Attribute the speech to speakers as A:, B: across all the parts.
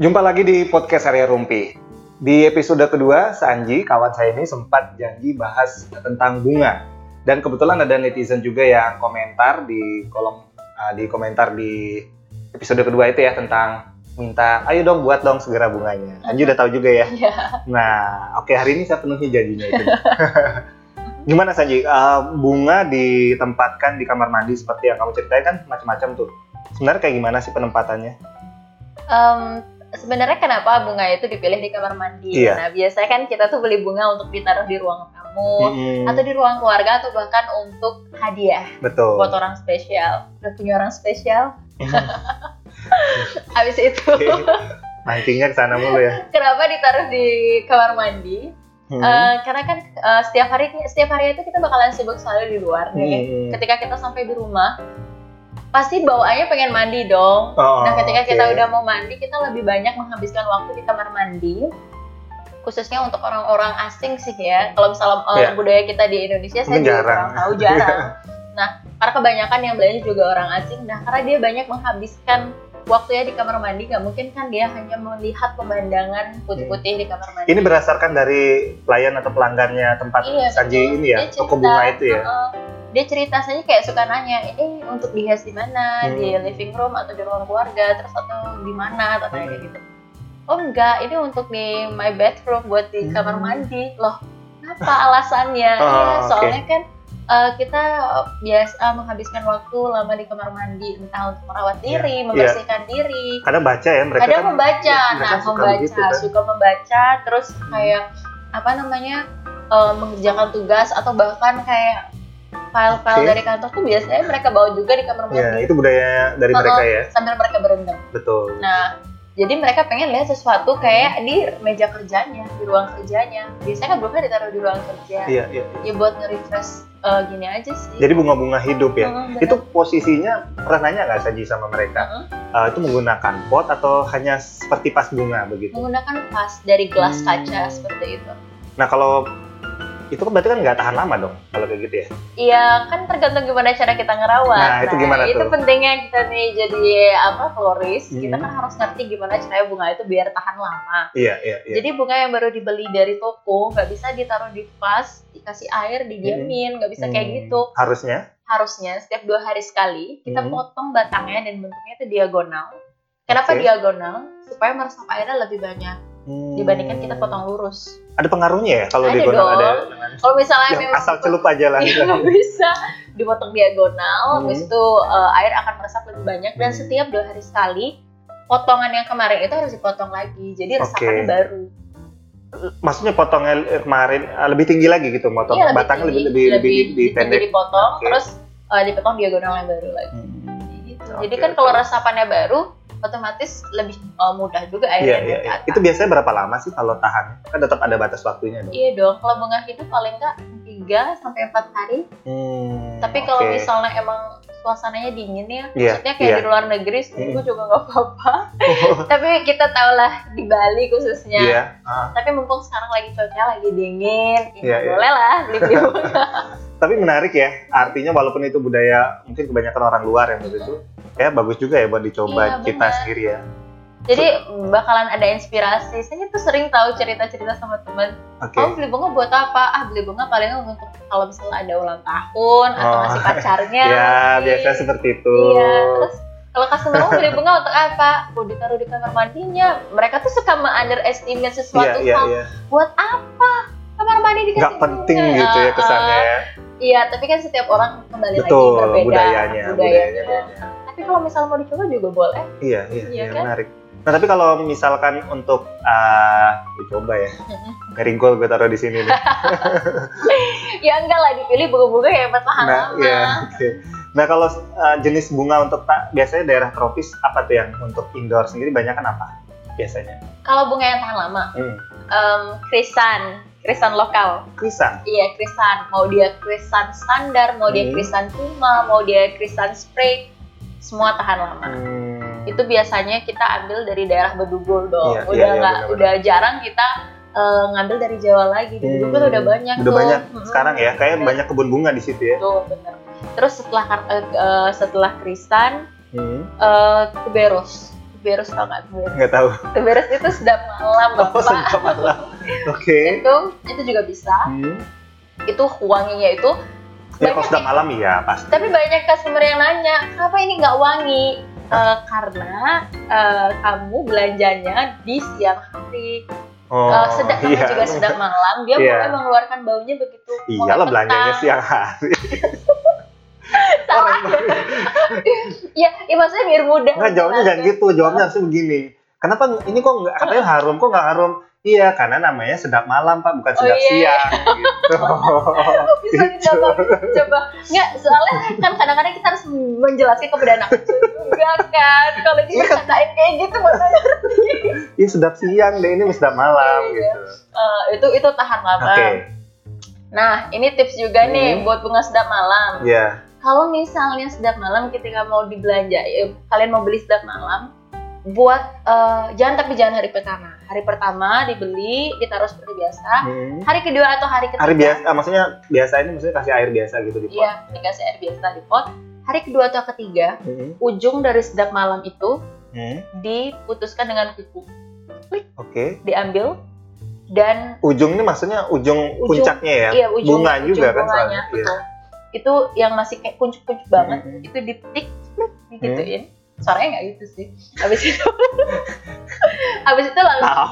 A: Jumpa lagi di podcast Area Rumpi. Di episode kedua, Sanji, kawan saya ini sempat janji bahas tentang bunga. Dan kebetulan ada netizen juga yang komentar di kolom uh, di komentar di episode kedua itu ya tentang minta, ayo dong buat dong segera bunganya. Anji udah tahu juga ya.
B: Iya.
A: Nah, oke hari ini saya penuhi janjinya itu. Gimana Sanji? Uh, bunga ditempatkan di kamar mandi seperti yang kamu ceritain kan macam-macam tuh. Sebenarnya kayak gimana sih penempatannya?
B: Em, sebenarnya kenapa bunga itu dipilih di kamar mandi?
A: Iya.
B: Nah, biasanya kan kita tuh beli bunga untuk ditaruh di ruang tamu
A: Mm-mm.
B: Oh, atau di ruang keluarga atau bahkan untuk hadiah
A: Betul.
B: buat orang spesial. Udah punya orang spesial? Habis itu
A: Mancingnya ke sana mulu ya.
B: kenapa ditaruh di kamar mandi?
A: Hmm.
B: Eh, karena kan eh, setiap hari setiap hari itu kita bakalan sibuk selalu di luar nih.
A: Hmm.
B: Ketika kita sampai di rumah pasti bawaannya pengen mandi dong.
A: Oh,
B: Nah, ketika
A: oke.
B: kita udah mau mandi, kita lebih banyak menghabiskan waktu di kamar mandi. Khususnya untuk orang-orang asing sih ya. Kalau misalnya uh,
A: Iya.
B: budaya kita di Indonesia, saya
A: Mungkin
B: juga
A: jarang.
B: kurang tahu jarang. nah, karena kebanyakan yang belanja juga orang asing. Nah, karena dia banyak menghabiskan waktunya di kamar mandi, nggak mungkin kan dia hanya melihat pemandangan putih-putih di kamar mandi.
A: ini berdasarkan dari pelayan atau pelanggannya tempat
B: Iya,
A: Sanji
B: betul.
A: ini ya,
B: Dia
A: toko
B: cerita, Hmm.
A: bunga itu ya.
B: heeh. dia cerita saja kayak suka nanya, ini untuk dihias di mana,
A: Hmm.
B: di living room atau di ruang keluarga, terus atau di mana, atau kayak
A: Hmm.
B: gitu. Oh enggak, ini untuk di my bedroom buat di kamar
A: Hmm.
B: mandi. Loh, apa alasannya?
A: Oh,
B: Iya,
A: oke.
B: soalnya kan eh, kita biasa uh, menghabiskan waktu lama di kamar mandi, entah untuk merawat diri,
A: Iya.
B: membersihkan diri,
A: Kadang baca ya mereka
B: kadang
A: kan.
B: membaca
A: ya, mereka
B: nah
A: suka
B: membaca
A: begitu kan.
B: suka membaca terus kayak apa namanya eh, mengerjakan tugas atau bahkan kayak file-file
A: Oke.
B: dari kantor tuh biasanya mereka bawa juga di kamar
A: Ya,
B: mandi
A: itu budaya dari
B: Oh,
A: mereka ya.
B: sambil mereka berendam
A: Betul.
B: nah jadi mereka pengen lihat sesuatu kayak di meja kerjanya di ruang kerjanya biasanya kan bunga ditaruh di ruang kerja
A: Iya, iya.
B: ya buat nge-refresh eh, gini aja sih
A: Jadi bunga-bunga hidup ya.
B: Hmm,
A: Itu posisinya pernah nanya nggak Sanji sama mereka?
B: benar. Heeh.
A: Eh, itu menggunakan pot atau hanya seperti pas bunga begitu?
B: menggunakan vas dari gelas
A: Hmm.
B: kaca seperti itu
A: Nah kalau itu kan berarti kan nggak tahan lama dong kalau kayak gitu ya.
B: Iya, kan tergantung gimana cara kita ngerawat.
A: Nah, itu gimana
B: itu
A: tuh?
B: pentingnya kita nih jadi apa floris, kita
A: Mhm.
B: kan harus ngerti gimana caranya bunga itu biar tahan lama.
A: Iya, iya, iya.
B: Jadi bunga yang baru dibeli dari toko nggak bisa ditaruh di vas, dikasih air, didiamin, nggak bisa kayak
A: Hmm,
B: gitu.
A: Harusnya.
B: Harusnya setiap dua hari sekali kita
A: Mhm.
B: potong batangnya dan bentuknya itu diagonal. Kenapa
A: Oke.
B: diagonal? Supaya meresap airnya lebih banyak
A: Hmm.
B: dibandingkan kita potong lurus.
A: Ada pengaruhnya ya kalau
B: Ada
A: di gunung
B: dong.
A: ada.
B: Kalau misalnya
A: Ya,
B: memang
A: asal celup aja lah.
B: Iya nggak bisa dipotong diagonal,
A: Hmm.
B: habis itu eh, air akan meresap lebih banyak dan
A: Hmm.
B: setiap dua hari sekali potongan yang kemarin itu harus dipotong lagi, jadi resapannya
A: Oke.
B: baru.
A: Maksudnya potongnya eh, kemarin eh, lebih tinggi lagi gitu, motong
B: Iya,
A: batangnya lebih
B: tinggi,
A: lebih lebih,
B: lebih
A: dipendek.
B: tinggi dipotong,
A: Oke.
B: terus eh, dipotong diagonal yang baru lagi.
A: Hmm.
B: Gitu.
A: Oke,
B: jadi kan kalau
A: oke.
B: resapannya baru, otomatis lebih eh, mudah juga
A: Iya,
B: airnya
A: iya,
B: naik ke
A: iya.
B: atas.
A: Itu biasanya berapa lama sih kalau tahan? Kan tetap ada batas waktunya dong.
B: Iya dong, kalau bunga hidup paling nggak 3 sampai 4 hari.
A: Hmm,
B: Tapi kalau
A: oke.
B: misalnya emang suasananya dingin ya,
A: Iya,
B: maksudnya kayak
A: iya.
B: di luar negeri seminggu juga nggak apa-apa.
A: Oh,
B: Tapi kita tau lah di Bali khususnya.
A: Iya. ah.
B: Tapi mumpung sekarang lagi cuaca lagi dingin, ya
A: Iya, iya.
B: boleh lah beli beli bunga.
A: Tapi menarik ya. Artinya walaupun itu budaya mungkin kebanyakan orang luar yang begitu, ya bagus juga ya buat dicoba
B: Iya,
A: kita
B: benar.
A: sendiri ya.
B: Jadi bakalan ada inspirasi. Saya tuh sering tahu cerita-cerita sama temen.
A: Oke.
B: Kamu beli bunga buat apa? Ah beli bunga paling untuk kalau misalnya ada ulang tahun atau
A: Oh.
B: ngasih pacarnya.
A: Ya,
B: ngasih-
A: biasa seperti itu.
B: Iya. Terus kalau customer mau beli bunga untuk apa? Oh ditaruh di kamar mandinya. Mereka tuh suka me-underestimate
A: Iya,
B: sesuatu
A: iya,
B: hal.
A: iya.
B: Buat apa? Kamar mandi dikasih
A: Nggak penting
B: bunga.
A: gitu ya
B: Iya, Ah,
A: kesannya ya.
B: Iya, tapi kan setiap orang kembali
A: Betul,
B: lagi berbeda
A: budayanya, budayanya,
B: budayanya.
A: budayanya.
B: Tapi kalau misalnya mau dicoba juga boleh.
A: Iya, iya,
B: Iya
A: iya,
B: kan?
A: menarik. Nah, tapi kalau misalkan untuk ah, dicoba ya, meringkol gue taruh di sini nih.
B: ya enggak lah dipilih bunga-bunga yang bertahan
A: Nah,
B: lama.
A: iya, oke. Nah, kalau ah, jenis bunga untuk tak biasanya daerah tropis apa tuh yang untuk indoor sendiri banyak kan apa biasanya?
B: Kalau bunga yang tahan lama,
A: Hmm.
B: em, krisan, krisan lokal.
A: Pisang.
B: Iya, krisan. Mau dia krisan standar, mau dia
A: Hmm.
B: krisan cuma, mau dia krisan spray, semua tahan lama.
A: Hmm.
B: Itu biasanya kita ambil dari daerah Bedugul dong.
A: Iya, iya,
B: udah
A: iya,
B: nggak,
A: benar-benar.
B: udah jarang kita eh, ngambil dari Jawa lagi. Di Bedugul
A: Hmm.
B: udah banyak
A: Udah
B: tuh. hmm.
A: banyak
B: Mm-mm.
A: sekarang ya, kayak banyak kebun bunga di situ ya.
B: Betul, Gitu, bener. Terus setelah kar- eh, eh, setelah krisan
A: Hmm.
B: eh, tuberose. Tiberius tau nggak Tiberius?
A: Nggak tahu.
B: Tiberius itu sedap malam
A: Oh,
B: bapak.
A: sedap malam. Oke.
B: itu itu juga bisa.
A: Hmm.
B: Itu wanginya itu.
A: Ya kalau sedap malam ya pasti.
B: Tapi banyak customer yang nanya, kenapa ini nggak wangi? Eh, karena eh, kamu belanjanya di siang hari.
A: Oh,
B: Eh, sedap namanya
A: iya.
B: juga sedap malam, dia
A: Iya.
B: mulai mengeluarkan baunya begitu. mulai
A: Iyalah belanjanya
B: petang.
A: siang hari.
B: Salah. Iya, ya, maksudnya biar mudah.
A: Enggak jawabnya jangan
B: menjelaskan.
A: gitu, jawabnya harusnya begini. Kenapa ini kok nggak katanya harum, kok nggak harum? Iya, karena namanya sedap malam pak, bukan
B: Oh,
A: sedap
B: iya.
A: siang. Gitu.
B: bisa dicoba coba nggak soalnya kan kadang-kadang kita harus menjelaskan kepada anak kecil juga kan kalau dibercandain kayak gitu maksudnya
A: Iya sedap siang deh, ini sedap malam
B: Iya.
A: gitu.
B: Eh, itu itu tahan
A: Oke,
B: lama nah ini tips juga nih
A: Hmm.
B: buat bunga sedap malam
A: iya.
B: kalau misalnya sedap malam ketika mau dibelanja eh, kalian mau beli sedap malam buat eh, jangan tapi jangan hari pertama hari pertama dibeli ditaruh seperti biasa
A: Hmm.
B: hari kedua atau hari ketiga
A: Hari biasa, ah, maksudnya biasa ini maksudnya kasih air biasa gitu di pot.
B: iya dikasih air biasa di pot hari kedua atau ketiga
A: Hmm.
B: ujung dari sedap malam itu
A: Hmm.
B: diputuskan dengan kuku
A: Oke.
B: diambil dan
A: Ujung ini maksudnya ujung,
B: Ujung,
A: puncaknya ya?
B: iya ujung
A: bunga
B: ujung
A: juga kan
B: bunganya,
A: soalnya. Iya.
B: betul. itu yang masih kayak kuncup-kuncup banget
A: Mm-mm.
B: itu dipetik digituin suaranya nggak gitu sih habis itu habis itu langsung
A: Tahu.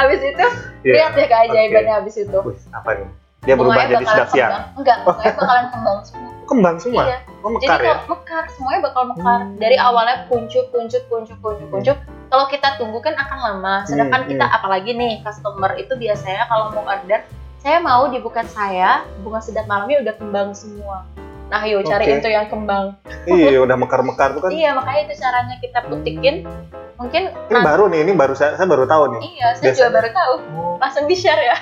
B: habis itu
A: Ah. Iya.
B: lihat ya keajaibannya habis itu
A: Wih, apa nih? Dia berubah jadi Oh. sedap
B: kembang
A: siang.
B: enggak bunganya bakalan kembang semua
A: Kembang semua?
B: iya
A: Oh
B: jadi
A: mekar ya?
B: kalau mekar semuanya bakal mekar
A: Hmm.
B: dari awalnya kuncup kuncup kuncup kuncup kuncup kalau kita tunggu kan akan lama sedangkan
A: Hmm,
B: kita apalagi nih customer itu biasanya kalau mau order saya mau di buket saya bunga sedap malamnya udah kembang semua nah yuk cari
A: Oke.
B: itu yang kembang
A: Iya udah mekar-mekar tuh kan.
B: iya makanya itu caranya kita putikin mungkin
A: Ini
B: nanti-
A: baru nih, ini baru saya, saya baru tahu nih.
B: iya saya juga
A: biasanya.
B: baru tahu
A: Oh,
B: langsung di share ya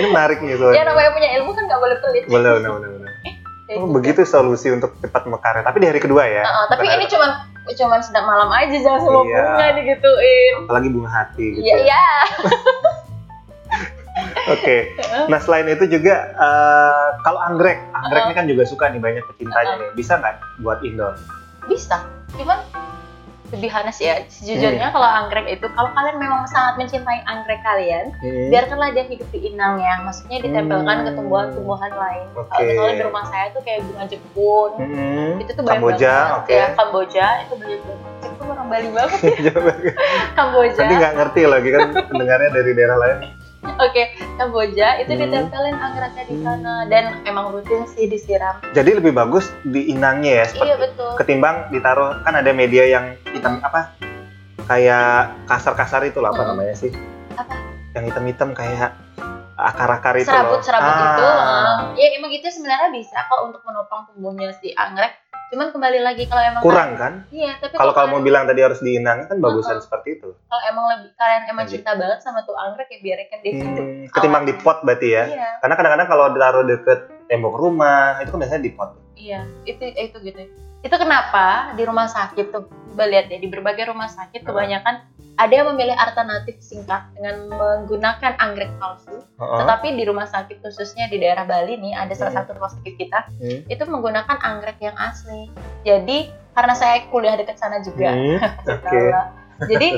A: ini menarik nih
B: ya
A: soalnya.
B: namanya punya ilmu kan nggak boleh pelit
A: Boleh, boleh, boleh, boleh.
B: Kayak
A: Oh,
B: gitu.
A: begitu solusi untuk cepat mekarnya. Tapi di hari kedua ya.
B: Heeh, tapi
A: bukan
B: ini
A: hari-
B: cuman cuman sedap malam aja jangan semua
A: Iya.
B: bunga digituin
A: apalagi bunga hati gitu.
B: Iya, iya.
A: Oke. Nah selain itu juga eh, kalau anggrek, anggrek ini kan juga suka nih banyak pecintanya nih. Bisa nggak buat indoor?
B: Bisa. Cuman lebih honest ya, sejujurnya
A: Iya.
B: kalau anggrek itu, kalau kalian memang sangat mencintai anggrek kalian,
A: Hmm.
B: biarkanlah dia hidup di inangnya. Maksudnya ditempelkan
A: Hmm.
B: ke tumbuhan-tumbuhan lain.
A: Oke.
B: Kalau misalnya di rumah saya tuh kayak bunga jepun,
A: Hmm.
B: itu tuh banyak
A: Kamboja,
B: banget.
A: oke.
B: Ya, Kamboja itu banyak banget. Itu orang Bali banget Kamboja.
A: Nanti nggak ngerti lagi kan pendengarnya dari daerah lain.
B: Oke, Kamboja itu
A: Hmm.
B: ditempelin anggreknya di
A: Hmm.
B: sana dan emang rutin sih disiram.
A: Jadi lebih bagus diinangnya ya, seperti
B: Iya betul.
A: ketimbang ditaruh kan ada media yang hitam apa kayak kasar-kasar itu lah apa
B: Mm.
A: namanya sih?
B: Apa?
A: Yang hitam-hitam kayak akar-akar itu loh.
B: serabut-serabut
A: Ah,
B: itu eh, ya emang itu sebenarnya bisa kok untuk menopang tumbuhnya si anggrek cuman kembali lagi kalau emang
A: kurang kan?
B: iya tapi
A: Kalau kamu
B: kalian-
A: bilang tadi harus diinangnya kan bagusan
B: Mm-mm.
A: seperti itu.
B: kalau emang lebih kalian emang
A: Lagi.
B: cinta banget sama tuh anggrek ya biarkan dia hidup
A: Hmm, ketimbang di pot berarti ya.
B: iya
A: Karena kadang-kadang kalau ditaruh deket tembok rumah itu kan biasanya di pot.
B: iya itu itu gitu itu kenapa di rumah sakit tuh coba lihat deh di berbagai rumah sakit
A: Hmm.
B: kebanyakan ada yang memilih alternatif singkat dengan menggunakan anggrek palsu
A: Heeh.
B: tetapi di rumah sakit khususnya di daerah Bali nih ada salah
A: Hmm.
B: satu rumah sakit kita
A: Hmm.
B: itu menggunakan anggrek yang asli. Jadi karena saya kuliah dekat sana juga,
A: Hmm,
B: saya tahu
A: Oke.
B: lah. jadi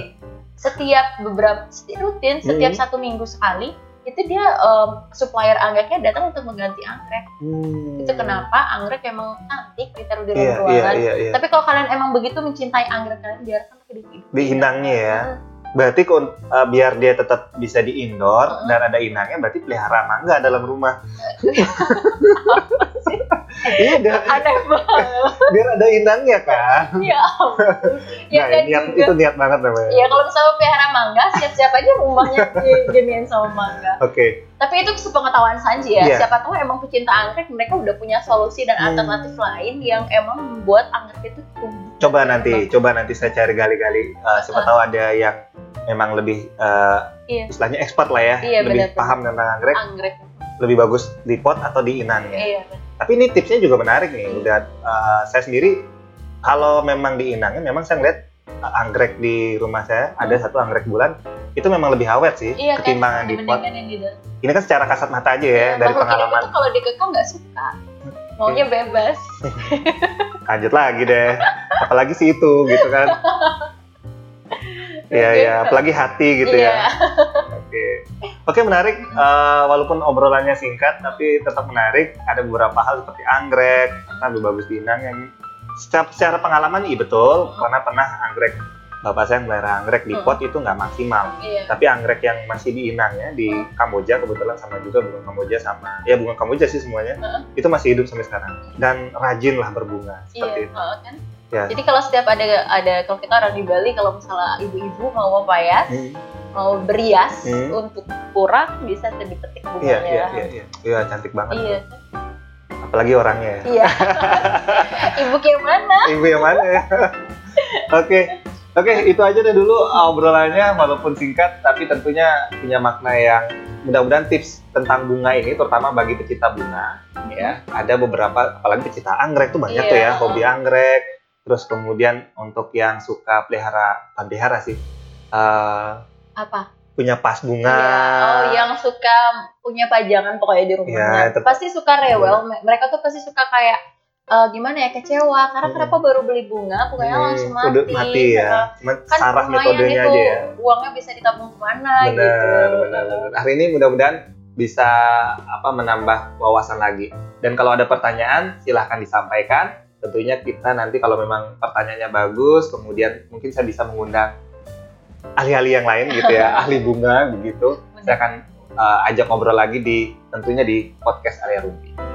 B: setiap beberapa seti- rutin setiap
A: Hmm.
B: satu minggu sekali itu dia em, supplier anggreknya datang untuk mengganti anggrek.
A: Hmm.
B: Itu kenapa anggrek emang cantik ditaruh di
A: Iya,
B: ruang
A: iya,
B: ruangan.
A: iya, iya.
B: Tapi kalau kalian emang begitu mencintai anggrek kalian biarkan hidup hidup.
A: Di inangnya ya.
B: Hmm.
A: Berarti kun- eh, biar dia tetap bisa di indoor
B: Mm-mm.
A: dan ada inangnya berarti pelihara mangga dalam rumah. Iya, ada-
B: Aneh banget.
A: biar ada inangnya kan.
B: ya ampun. Ya
A: Nah,
B: kan
A: niat,
B: juga.
A: itu niat banget namanya.
B: Ya kalau misalnya pelihara mangga, siap-siap aja rumahnya diginiin sama mangga.
A: Oke.
B: Tapi itu sepengetahuan Sanji ya.
A: Iya.
B: Siapa tahu emang pecinta anggrek mereka udah punya solusi dan
A: Hmm.
B: alternatif lain yang emang membuat anggrek itu tumbuh.
A: Coba
B: Iya.
A: nanti, coba nanti saya cari gali-gali. Eh, siapa tahu ada yang memang lebih eh,
B: Iya.
A: istilahnya expert lah ya,
B: Iya,
A: lebih
B: benar-benar.
A: paham tentang anggrek,
B: Anggrek.
A: lebih bagus di pot atau di inangnya.
B: Iya.
A: Tapi ini tipsnya juga menarik nih. Udah eh, saya sendiri kalau memang di Inangnya memang saya ngeliat eh, anggrek di rumah saya ada satu anggrek bulan itu memang lebih awet sih
B: Hmm. Iya kan.
A: ketimbangan di pot.
B: dibandingkan yang di dalam.
A: Ini kan secara kasat mata aja ya dari
B: Makhluk hidup
A: pengalaman. Iya.
B: itu kalau dikekang nggak suka. Maunya bebas.
A: Lanjut lagi deh. apalagi si itu gitu kan Iya, iya, apalagi hati gitu ya.
B: Iya.
A: Oke, oke menarik. Eh, walaupun obrolannya singkat, tapi tetap menarik. Ada beberapa hal seperti anggrek, karena Bu Bagus Dinang yang secara, secara pengalaman iya betul, karena pernah anggrek bapak saya melihara anggrek
B: Hmm.
A: di pot itu nggak maksimal.
B: Iya.
A: Tapi anggrek yang masih di Inang ya di Kamboja kebetulan sama juga bunga Kamboja sama ya bunga Kamboja sih semuanya
B: Hmm.
A: itu masih hidup sampai sekarang dan rajinlah berbunga
B: Iya,
A: seperti itu.
B: heeh, kan?
A: Ya.
B: Jadi kalau setiap ada ada kalau kita orang di Bali kalau misalnya ibu-ibu mau apa ya,
A: Hmm.
B: mau berias
A: Hmm.
B: untuk kurang bisa dipetik bunganya.
A: Iya, iya, iya, iya, iya, cantik banget.
B: Iya,
A: Apalagi orangnya ya.
B: iya. Ibu kayak mana?
A: ibu yang mana ya? Oke, oke itu aja deh dulu obrolannya walaupun singkat tapi tentunya punya makna yang mudah-mudahan tips tentang bunga ini terutama bagi pecinta bunga ya ada beberapa apalagi pecinta anggrek tuh banyak tuh ya
B: Iya.
A: hobi anggrek terus kemudian untuk yang suka pelihara bukan pelihara sih eh,
B: Apa?
A: punya pas bunga
B: Iya. Oh, yang suka punya pajangan pokoknya di rumahnya.
A: Iya, tetap-
B: pasti suka rewel. Me- Mereka tuh pasti suka kayak eh, gimana ya kecewa karena
A: Hmm.
B: kenapa baru beli bunga bunganya
A: Hmm,
B: langsung mati.
A: udah mati ya
B: Karena
A: Cuman
B: Kan
A: sarah
B: lumayan
A: metodenya
B: itu,
A: aja ya
B: Uangnya bisa ditabung kemana gitu.
A: benar benar benar. hari ini mudah-mudahan bisa apa menambah wawasan lagi dan kalau ada pertanyaan silahkan disampaikan tentunya kita nanti kalau memang pertanyaannya bagus kemudian mungkin saya bisa mengundang ahli-ahli yang lain gitu ya ahli bunga begitu saya akan eh, ajak ngobrol lagi di tentunya di podcast area rumpi